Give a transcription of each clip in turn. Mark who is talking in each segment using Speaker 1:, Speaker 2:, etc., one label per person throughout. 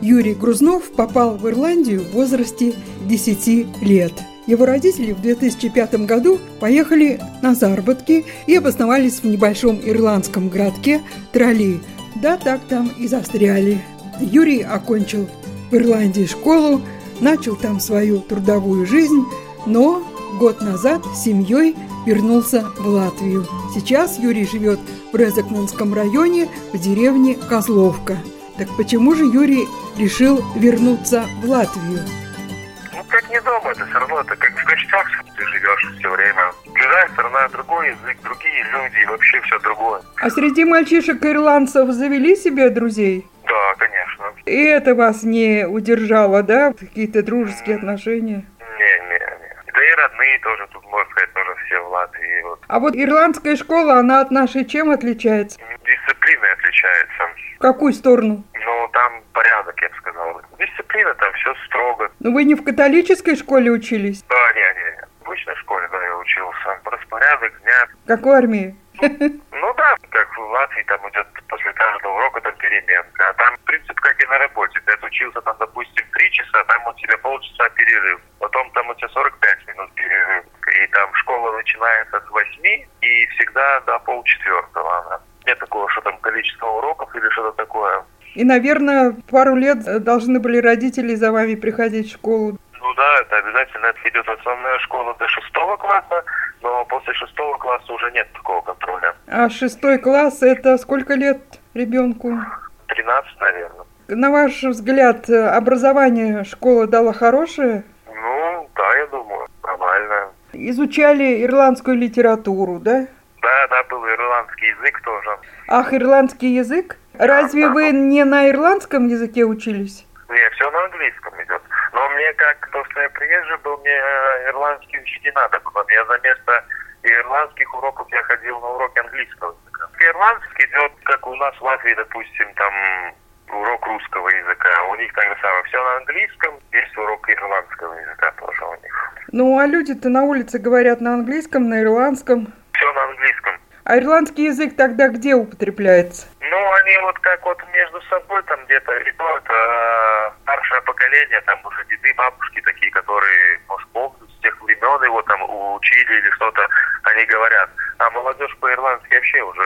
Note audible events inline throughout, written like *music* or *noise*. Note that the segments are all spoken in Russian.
Speaker 1: Юрий Грузнов попал в Ирландию в возрасте 10 лет. Его родители в 2005 году поехали на заработки и обосновались в небольшом ирландском городке Тролли. Да, так там и застряли. Юрий окончил в Ирландии школу, начал там свою трудовую жизнь, но год назад с семьей вернулся в Латвию. Сейчас Юрий живет в Резакнанском районе в деревне Козловка. Так почему же Юрий решил вернуться в Латвию?
Speaker 2: Ну, как не дома, это все равно это как в качках ты живешь все время. Чужая страна, другой язык, другие люди, вообще все другое.
Speaker 1: А среди мальчишек ирландцев завели себе друзей?
Speaker 2: Да, конечно.
Speaker 1: И это вас не удержало, да? Какие-то дружеские отношения?
Speaker 2: Не, не, не. Да и родные тоже тут, можно сказать, тоже все в Латвии. Вот.
Speaker 1: А вот ирландская школа, она от нашей чем отличается?
Speaker 2: Дисциплина отличается.
Speaker 1: В какую сторону?
Speaker 2: Ну, там порядок, я бы сказал. Дисциплина, там все строго.
Speaker 1: Ну, вы не в католической школе учились?
Speaker 2: Да, не, не, не. В обычной школе, да, я учился. Распорядок дня.
Speaker 1: Как в армии?
Speaker 2: Ну да, как в Латвии, там идет после каждого урока там переменка. А там принцип как и на работе. Ты отучился там, допустим, три часа, там у тебя полчаса перерыв. Потом там у тебя 45 минут перерыв. И там школа начинается с 8 и всегда до полчетвертого она. Нет такого, что там количество уроков или что-то такое.
Speaker 1: И, наверное, пару лет должны были родители за вами приходить в школу.
Speaker 2: Ну да, это обязательно это идет основная школа до шестого класса, но после шестого класса уже нет такого контроля.
Speaker 1: А шестой класс – это сколько лет ребенку?
Speaker 2: 13, наверное.
Speaker 1: На ваш взгляд, э, образование школа дала хорошее?
Speaker 2: Ну, да, я думаю, нормально.
Speaker 1: Изучали ирландскую литературу, да?
Speaker 2: Да, да, был ирландский язык тоже.
Speaker 1: Ах, ирландский язык? Разве вы не на ирландском языке учились?
Speaker 2: Не, все на английском идет. Но мне как, то, что я приезжий был, мне э, ирландский учить не надо было. Я за место ирландских уроков я ходил на уроки английского языка. Ирландский идет, как у нас в Латвии, допустим, там урок русского языка. У них так же самое. Все на английском, есть урок ирландского языка тоже у них.
Speaker 1: Ну, а люди-то на улице говорят на английском, на ирландском.
Speaker 2: Все на английском.
Speaker 1: А ирландский язык тогда где употребляется?
Speaker 2: Ну, они вот как вот между собой там где-то идут, а, старшее поколение, там уже деды, бабушки такие, которые, может, помнят с тех времен его там учили или что-то, они говорят. А молодежь по-ирландски вообще уже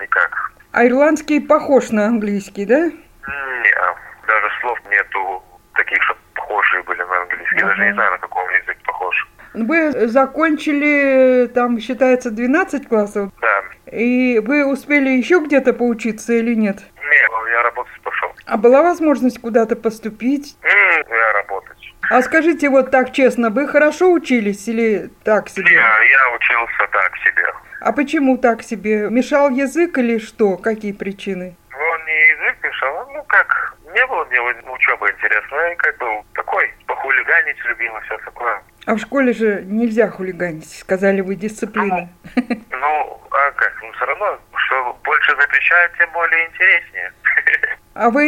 Speaker 2: никак.
Speaker 1: А ирландский похож на английский, да?
Speaker 2: Не, а даже слов нету таких, чтобы похожие были на английский. Даже не знаю, на каком язык похож.
Speaker 1: Вы закончили, там считается, 12 классов?
Speaker 2: Да.
Speaker 1: И вы успели еще где-то поучиться или нет?
Speaker 2: Не, я работать пошел.
Speaker 1: А была возможность куда-то поступить?
Speaker 2: М, Я работать.
Speaker 1: А скажите вот так честно, вы хорошо учились или так
Speaker 2: Не,
Speaker 1: себе?
Speaker 2: я учился так себе.
Speaker 1: А почему так себе? Мешал язык или что? Какие причины?
Speaker 2: Ну, он не язык мешал, ну как, не было мне вот учеба интересная, и как был такой, похулиганить любил и все такое.
Speaker 1: А в школе же нельзя хулиганить, сказали вы, дисциплина.
Speaker 2: Ну, а как, ну все равно, что больше запрещают, тем более интереснее. *laughs*
Speaker 1: А вы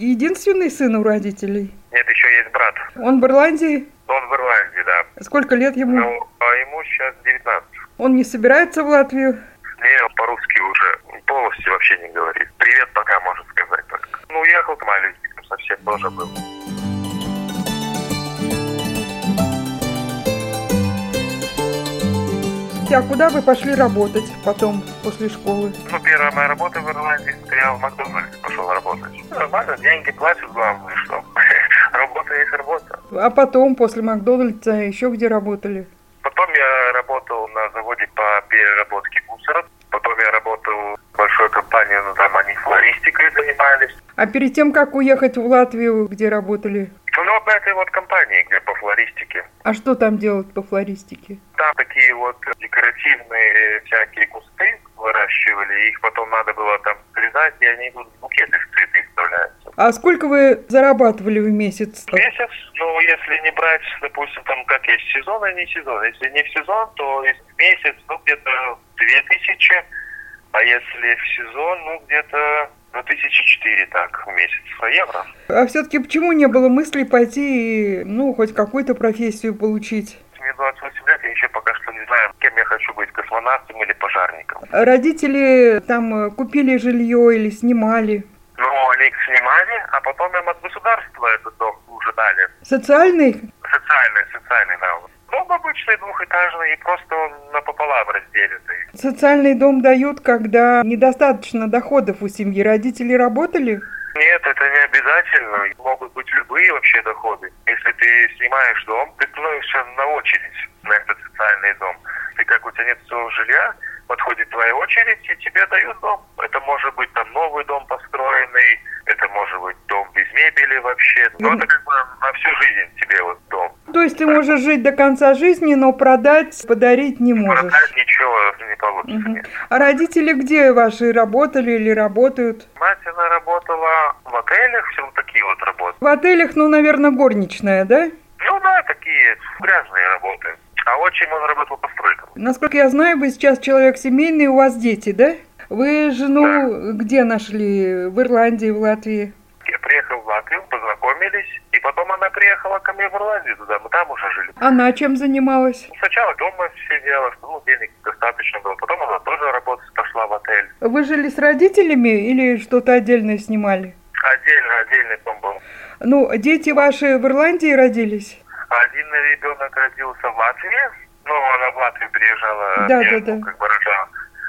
Speaker 1: единственный сын у родителей?
Speaker 2: Нет, еще есть брат.
Speaker 1: Он в Ирландии?
Speaker 2: Он в Ирландии, да.
Speaker 1: Сколько лет ему?
Speaker 2: Ну, а ему сейчас 19.
Speaker 1: Он не собирается в Латвию?
Speaker 2: Не, он по-русски уже полностью вообще не говорит. Привет пока, может сказать только. Ну, уехал там маленький, совсем тоже был.
Speaker 1: А куда вы пошли работать потом, после школы?
Speaker 2: Ну, первая моя работа в Ирландии, это я в Макдональдс пошел работать. Ну, Нормально, деньги платят, главное, что. *laughs* Работа есть работа.
Speaker 1: А потом, после Макдональдса, еще где работали?
Speaker 2: Потом я работал на заводе по переработке мусора. Потом я работал в большой компании, ну там они флористикой занимались.
Speaker 1: А перед тем, как уехать в Латвию, где работали?
Speaker 2: Ну, вот на этой вот компании, где по флористике.
Speaker 1: А что там делать по флористике?
Speaker 2: Там такие вот декоративные всякие кусты выращивали, их потом надо было там срезать, и они идут в букеты в цветы вставляются.
Speaker 1: А сколько вы зарабатывали в месяц?
Speaker 2: В месяц, ну, если не брать, допустим, там, как есть сезон, а не сезон. Если не в сезон, то в месяц, ну, где-то две тысячи, а если в сезон, ну, где-то ну, тысячи четыре так в месяц евро.
Speaker 1: А все-таки почему не было мысли пойти и, ну, хоть какую-то профессию получить?
Speaker 2: Мне 28 лет, я еще пока что не знаю, кем я хочу быть, космонавтом или пожарником.
Speaker 1: Родители там э, купили жилье или снимали?
Speaker 2: Ну, они их снимали, а потом им от государства этот дом уже дали.
Speaker 1: Социальный?
Speaker 2: Социальный, социальный, да. Дом обычный, двухэтажный, и просто он напополам разделенный.
Speaker 1: Социальный дом дают, когда недостаточно доходов у семьи. Родители работали?
Speaker 2: Нет, это не обязательно. Могут быть любые вообще доходы. Если ты снимаешь дом, ты становишься на очередь на этот социальный дом. Ты как у тебя нет своего жилья, подходит твоя очередь, и тебе дают дом. Это может быть там новый дом построенный, это может быть дом без мебели вообще. Но это как бы на всю жизнь тебе вот дом.
Speaker 1: То есть ты можешь жить до конца жизни, но продать, подарить не можешь.
Speaker 2: Продать ничего не получится.
Speaker 1: Мгм.
Speaker 2: нет.
Speaker 1: А родители где ваши работали или работают?
Speaker 2: Мать, она работала в отелях, все вот такие вот работы.
Speaker 1: В отелях, ну, наверное, горничная, да?
Speaker 2: Ну да, такие грязные работы. А отчим, он работал по стройкам.
Speaker 1: Насколько я знаю, вы сейчас человек семейный, у вас дети, да? Вы жену где нашли? В Ирландии, в Латвии?
Speaker 2: Я приехал в Латвию, познакомились, и потом она приехала ко мне в Ирландию туда, мы там уже жили. Ну,
Speaker 1: Она чем занималась?
Speaker 2: Сначала дома сидела, ну, денег достаточно было, потом она тоже работать пошла в отель.
Speaker 1: Вы жили с родителями или что-то отдельное снимали?
Speaker 2: Отдельно, отдельный дом был.
Speaker 1: Ну, дети ваши в Ирландии родились?
Speaker 2: Один ребенок родился в Латвии, ну, она в Латвию приезжала,
Speaker 1: Да,
Speaker 2: я,
Speaker 1: да,
Speaker 2: ну,
Speaker 1: да.
Speaker 2: как бы рожала.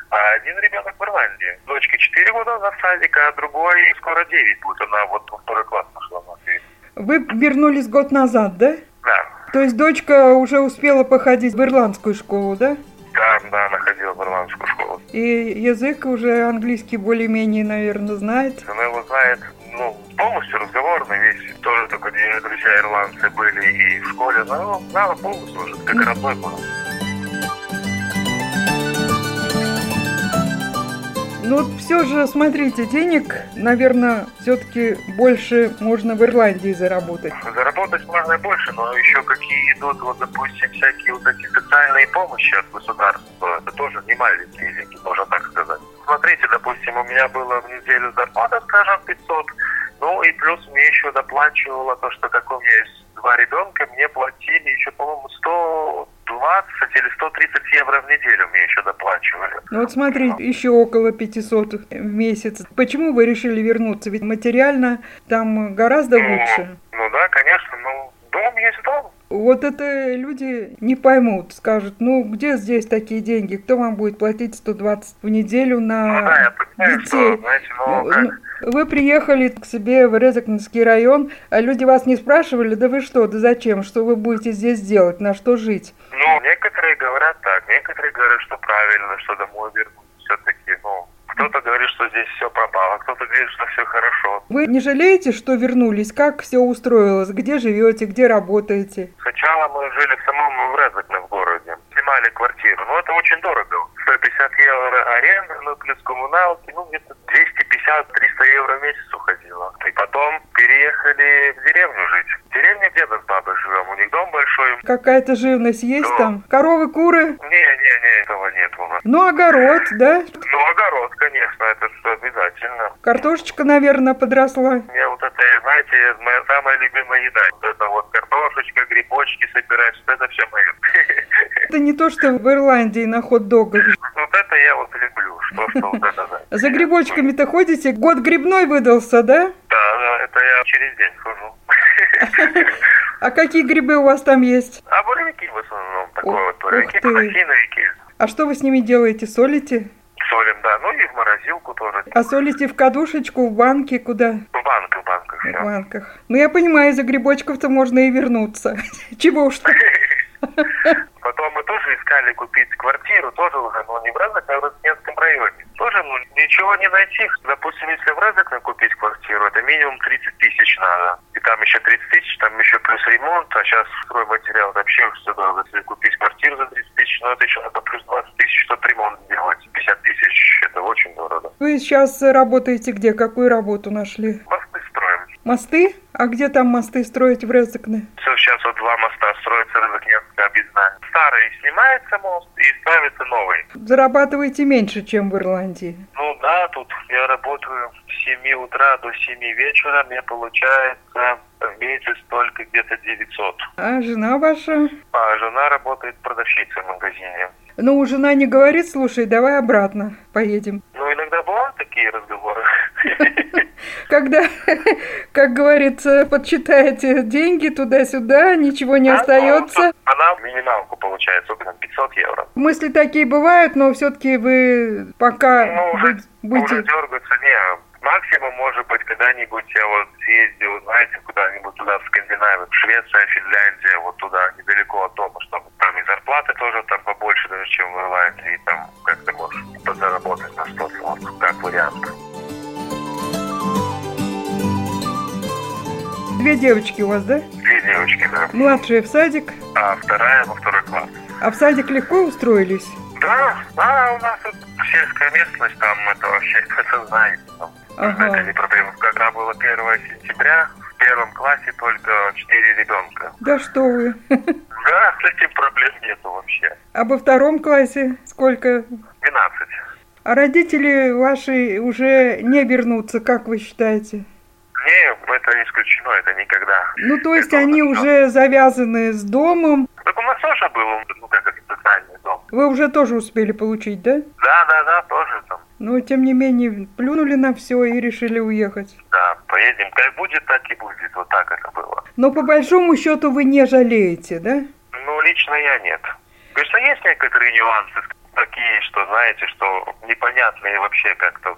Speaker 2: А один ребенок в Ирландии. Дочке 4 года на садик, а другой скоро 9 будет. Она вот во второй класс пошла в Латвии.
Speaker 1: Вы вернулись год назад, да?
Speaker 2: Да,
Speaker 1: То есть дочка уже успела походить в ирландскую школу, да?
Speaker 2: да, да, она ходила в ирландскую школу.
Speaker 1: И язык уже английский более-менее, наверное, знает.
Speaker 2: Она его знает, ну, полностью разговорный весь. Тоже только две друзья ирландцы были и в школе. Она, ну, знала полностью уже, как родной был.
Speaker 1: Но Ну, вот все же, смотрите, денег, наверное, все-таки больше можно в Ирландии заработать.
Speaker 2: Заработать можно больше, но еще какие идут, вот, допустим, всякие вот эти социальные помощи от государства, это тоже немаленькие деньги, можно так сказать. Смотрите, допустим, у меня было в неделю зарплата, скажем, 500, ну и плюс мне еще доплачивало то, что как у меня есть два ребенка, мне платили еще, по-моему, 120 или 130 евро в неделю мне еще доплачивали.
Speaker 1: Ну вот смотри, еще около 500 в месяц. Почему вы решили вернуться? Ведь материально там гораздо лучше.
Speaker 2: Ну да, конечно, но дом есть дом.
Speaker 1: Вот это люди не поймут, скажут, ну где здесь такие деньги, кто вам будет платить 120 в неделю
Speaker 2: Ну да,
Speaker 1: на
Speaker 2: я понимаю, что,
Speaker 1: А, детей?
Speaker 2: знаете, ну
Speaker 1: Ну,
Speaker 2: как...
Speaker 1: ну, Вы приехали к себе в Резакнский район, а люди вас не спрашивали, да вы что, да зачем, что вы будете здесь делать, на что жить?
Speaker 2: Ну, некоторые говорят так, некоторые говорят, что правильно, что домой вернуть все-таки, ну, кто-то говорит, что здесь все пропало, кто-то говорит, что все хорошо.
Speaker 1: Вы не жалеете, что вернулись, как все устроилось, где живете, где работаете?
Speaker 2: Сначала мы жили в самом Врезекне в городе, снимали квартиру, но это очень дорого. 150 евро аренда, ну, плюс коммуналки, ну, где-то 250-300 евро в месяц уходило. И потом переехали в деревню жить. В деревне деда с бабой живем, у них дом большой.
Speaker 1: Какая-то живность есть
Speaker 2: Да.
Speaker 1: там? Коровы, куры?
Speaker 2: Не-не-не, этого нет у нас.
Speaker 1: Ну, огород, да?
Speaker 2: Ну, огород, конечно, это же обязательно.
Speaker 1: Картошечка, наверное, подросла.
Speaker 2: Мне вот это, знаете, моя самая любимая еда. Вот это вот картошечка, грибочки собирать, вот это все мое.
Speaker 1: Это не то, что в Ирландии на хот-догах.
Speaker 2: *laughs* Вот это я вот люблю, что, что вот это да.
Speaker 1: За грибочками-то ходите? Год грибной выдался, да?
Speaker 2: Да, да, это я через день хожу. *laughs*
Speaker 1: А какие грибы у вас там есть?
Speaker 2: А буряки в основном, такой
Speaker 1: Ух-
Speaker 2: вот буряки,
Speaker 1: ух ты.
Speaker 2: подосиновики.
Speaker 1: А что вы с ними делаете? Солите?
Speaker 2: Солим, да, ну и в морозилку тоже.
Speaker 1: А солите в кадушечку, в банке, куда?
Speaker 2: В банках, в банках
Speaker 1: В
Speaker 2: все.
Speaker 1: банках. Ну, я понимаю, за грибочков-то можно и вернуться. *laughs* Чего уж там.
Speaker 2: Потом мы тоже искали купить квартиру, тоже уже, но не в Разок, а в Розенецком районе. Тоже ну, ничего не найти. Допустим, если в Разокне купить квартиру, это минимум 30 тысяч надо. И там еще 30 тысяч, там еще плюс ремонт, а сейчас стройматериал вообще все дорого. Если купить квартиру за 30 тысяч, ну это еще надо плюс 20 тысяч, чтобы ремонт сделать. 50 тысяч, это очень дорого.
Speaker 1: Вы сейчас работаете где? Какую работу нашли?
Speaker 2: Мосты строим.
Speaker 1: Мосты? А где там мосты строить в Резакне?
Speaker 2: Все, сейчас вот два моста строятся, Резакненская обидно. Старый снимается мост и ставится новый.
Speaker 1: Зарабатываете меньше, чем в Ирландии.
Speaker 2: Ну да, тут я работаю с 7 утра до 7 вечера, мне получается в месяц только где-то 900.
Speaker 1: А жена ваша?
Speaker 2: А жена работает продавщицей в магазине.
Speaker 1: Ну, жена не говорит, слушай, давай обратно поедем.
Speaker 2: Ну, иногда бывают такие разговоры.
Speaker 1: Когда, *laughs* как говорится, подсчитаете деньги туда-сюда, ничего
Speaker 2: *laughs*
Speaker 1: не
Speaker 2: А, ну,
Speaker 1: остается.
Speaker 2: тут Она минималку получает, сколько там, 500 евро.
Speaker 1: Мысли такие бывают, но все-таки вы пока
Speaker 2: Ну,
Speaker 1: будь- будете...
Speaker 2: Уже дергаться, не, максимум, может быть, когда-нибудь я вот съездил, знаете, куда-нибудь туда, в Скандинавию, Швеция, Финляндия, вот туда, недалеко от дома, чтобы там и зарплаты тоже там побольше даже, чем в Ирландии, и там как-то можешь подзаработать на что-то, вот как вариант.
Speaker 1: Две девочки у вас, да?
Speaker 2: Две девочки, да.
Speaker 1: Младшая в садик.
Speaker 2: А вторая во второй класс.
Speaker 1: А в садик легко устроились?
Speaker 2: Да, да, у нас тут сельская местность, там это вообще, *laughs* это знаете, там,
Speaker 1: Ага.
Speaker 2: это не проблема. Когда было 1 сентября, в первом классе только 4 ребенка.
Speaker 1: Да что вы.
Speaker 2: Да, с этим проблем нету вообще.
Speaker 1: А во втором классе сколько?
Speaker 2: 12.
Speaker 1: А родители ваши уже не вернутся, как вы считаете?
Speaker 2: Не, это исключено, это никогда.
Speaker 1: Ну, то есть
Speaker 2: Это
Speaker 1: они
Speaker 2: вот, да.
Speaker 1: уже завязаны с домом.
Speaker 2: Так у нас тоже был, ну, как это, социальный дом.
Speaker 1: Вы уже тоже успели получить, да?
Speaker 2: Да, да, да, тоже там.
Speaker 1: Но, тем не менее, плюнули на все и решили уехать.
Speaker 2: Да, поедем. Как будет, так и будет. Вот так это было.
Speaker 1: Но, по большому счету, вы не жалеете, да?
Speaker 2: Ну, лично я нет. Конечно, есть некоторые нюансы такие, что, знаете, что непонятные вообще как-то.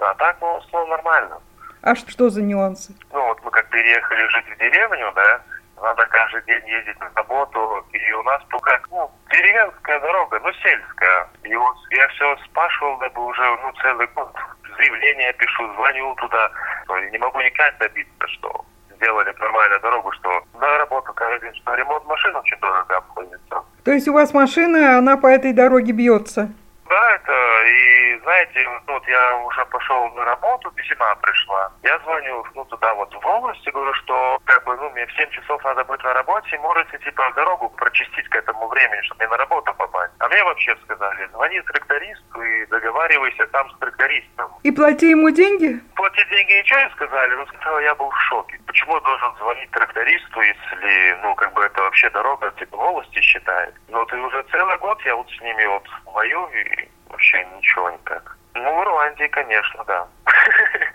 Speaker 2: А так, ну, слово нормально.
Speaker 1: А ш- что за нюансы?
Speaker 2: Ну, вот мы как переехали жить в деревню, да, надо каждый день ездить на работу, и у нас только, ну, деревенская дорога, ну, сельская. И вот я все спрашивал, да бы уже, ну, целый год. Заявление пишу, звоню туда, Ну, и не могу никак добиться, что сделали нормальную дорогу, что на работу каждый день, что ремонт машин очень дорого обходится.
Speaker 1: То есть у вас машина, она по этой дороге бьется.
Speaker 2: Да, это, и знаете, вот, ну, вот я уже пошел на работу, письма пришла. Я звоню, ну, туда вот в область, и говорю, что, как бы, ну, мне в 7 часов надо быть на работе, можете, типа, дорогу прочистить к этому времени, чтобы мне на работу попасть. А мне вообще сказали, звони трактористу и договаривайся там с трактористом.
Speaker 1: И плати ему деньги?
Speaker 2: Платить деньги ничего не сказали, но сначала я был в шоке. Почему я должен звонить трактористу, если, ну, как бы это вообще дорога, типа, волости считает? Ну, вот и уже целый год я вот с ними вот мою и вообще ничего не так. Ну, в Ирландии, конечно, да. *laughs*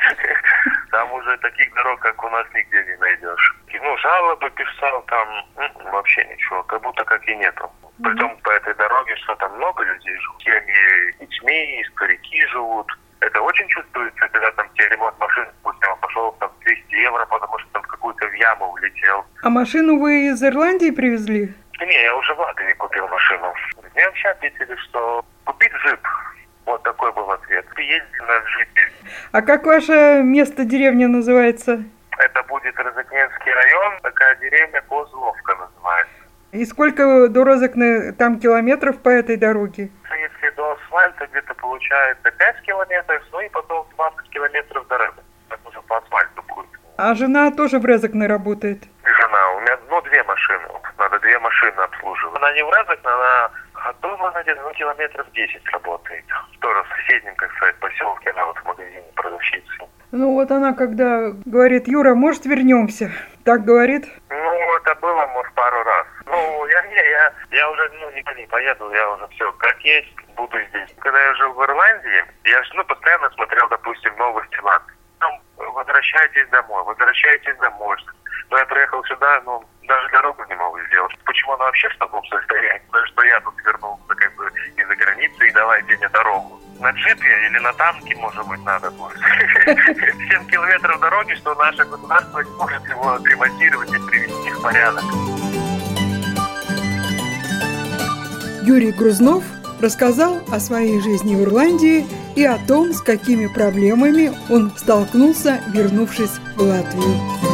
Speaker 2: Там уже таких дорог, как у нас, нигде не найдешь. И, ну, жалобы писал, там м, вообще ничего, как будто как и нету. Притом по этой дороге, что там много людей живут, семьи, с детьми, и старики живут. Это очень чувствуется, когда там тебе ремонт машины, допустим, он пошел там 200 евро, потому что там в какую-то в яму влетел.
Speaker 1: А машину вы из Ирландии привезли?
Speaker 2: Не, я уже в Латвии купил машину. Мне вообще ответили, что купить джип. Вот такой был ответ. Ты едешь на джипе.
Speaker 1: А как ваше место деревня называется?
Speaker 2: Это будет Розыкненский район, такая деревня Козловка называется.
Speaker 1: И сколько до Розыкна там километров по этой дороге?
Speaker 2: Если до асфальта где-то получается 5 километров, ну и потом 20 километров дороги. Так уже по асфальту будет.
Speaker 1: А жена тоже в Резакне работает.
Speaker 2: И жена, у меня, ну, две машины. Надо две машины обслуживать. Она не в разок, она от дома она где-то ну, километров 10 работает. Тоже в соседнем, как сказать, поселке, она вот в магазине продавщица.
Speaker 1: Ну вот она когда говорит, Юра, может вернемся? Так говорит.
Speaker 2: Ну, это было, может, пару раз. Ну, я не, я, я уже ну, никуда не поеду, я уже все, как есть, буду здесь. Когда я жил в Ирландии, я ж, ну, постоянно смотрел, допустим, новости Латвии. Там, возвращайтесь домой, возвращайтесь домой. Но я приехал сюда, ну, даже дорогу не могу сделать. Почему она вообще в таком состоянии? Потому что я тут вернулся как бы из-за границы и давайте мне дорогу. На джипе или на танке, может быть, надо будет. *laughs* 7 километров дороги, что наше государство не может его отремонтировать и привести в порядок.
Speaker 1: Юрий Грузнов рассказал о своей жизни в Ирландии и о том, с какими проблемами он столкнулся, вернувшись в Латвию.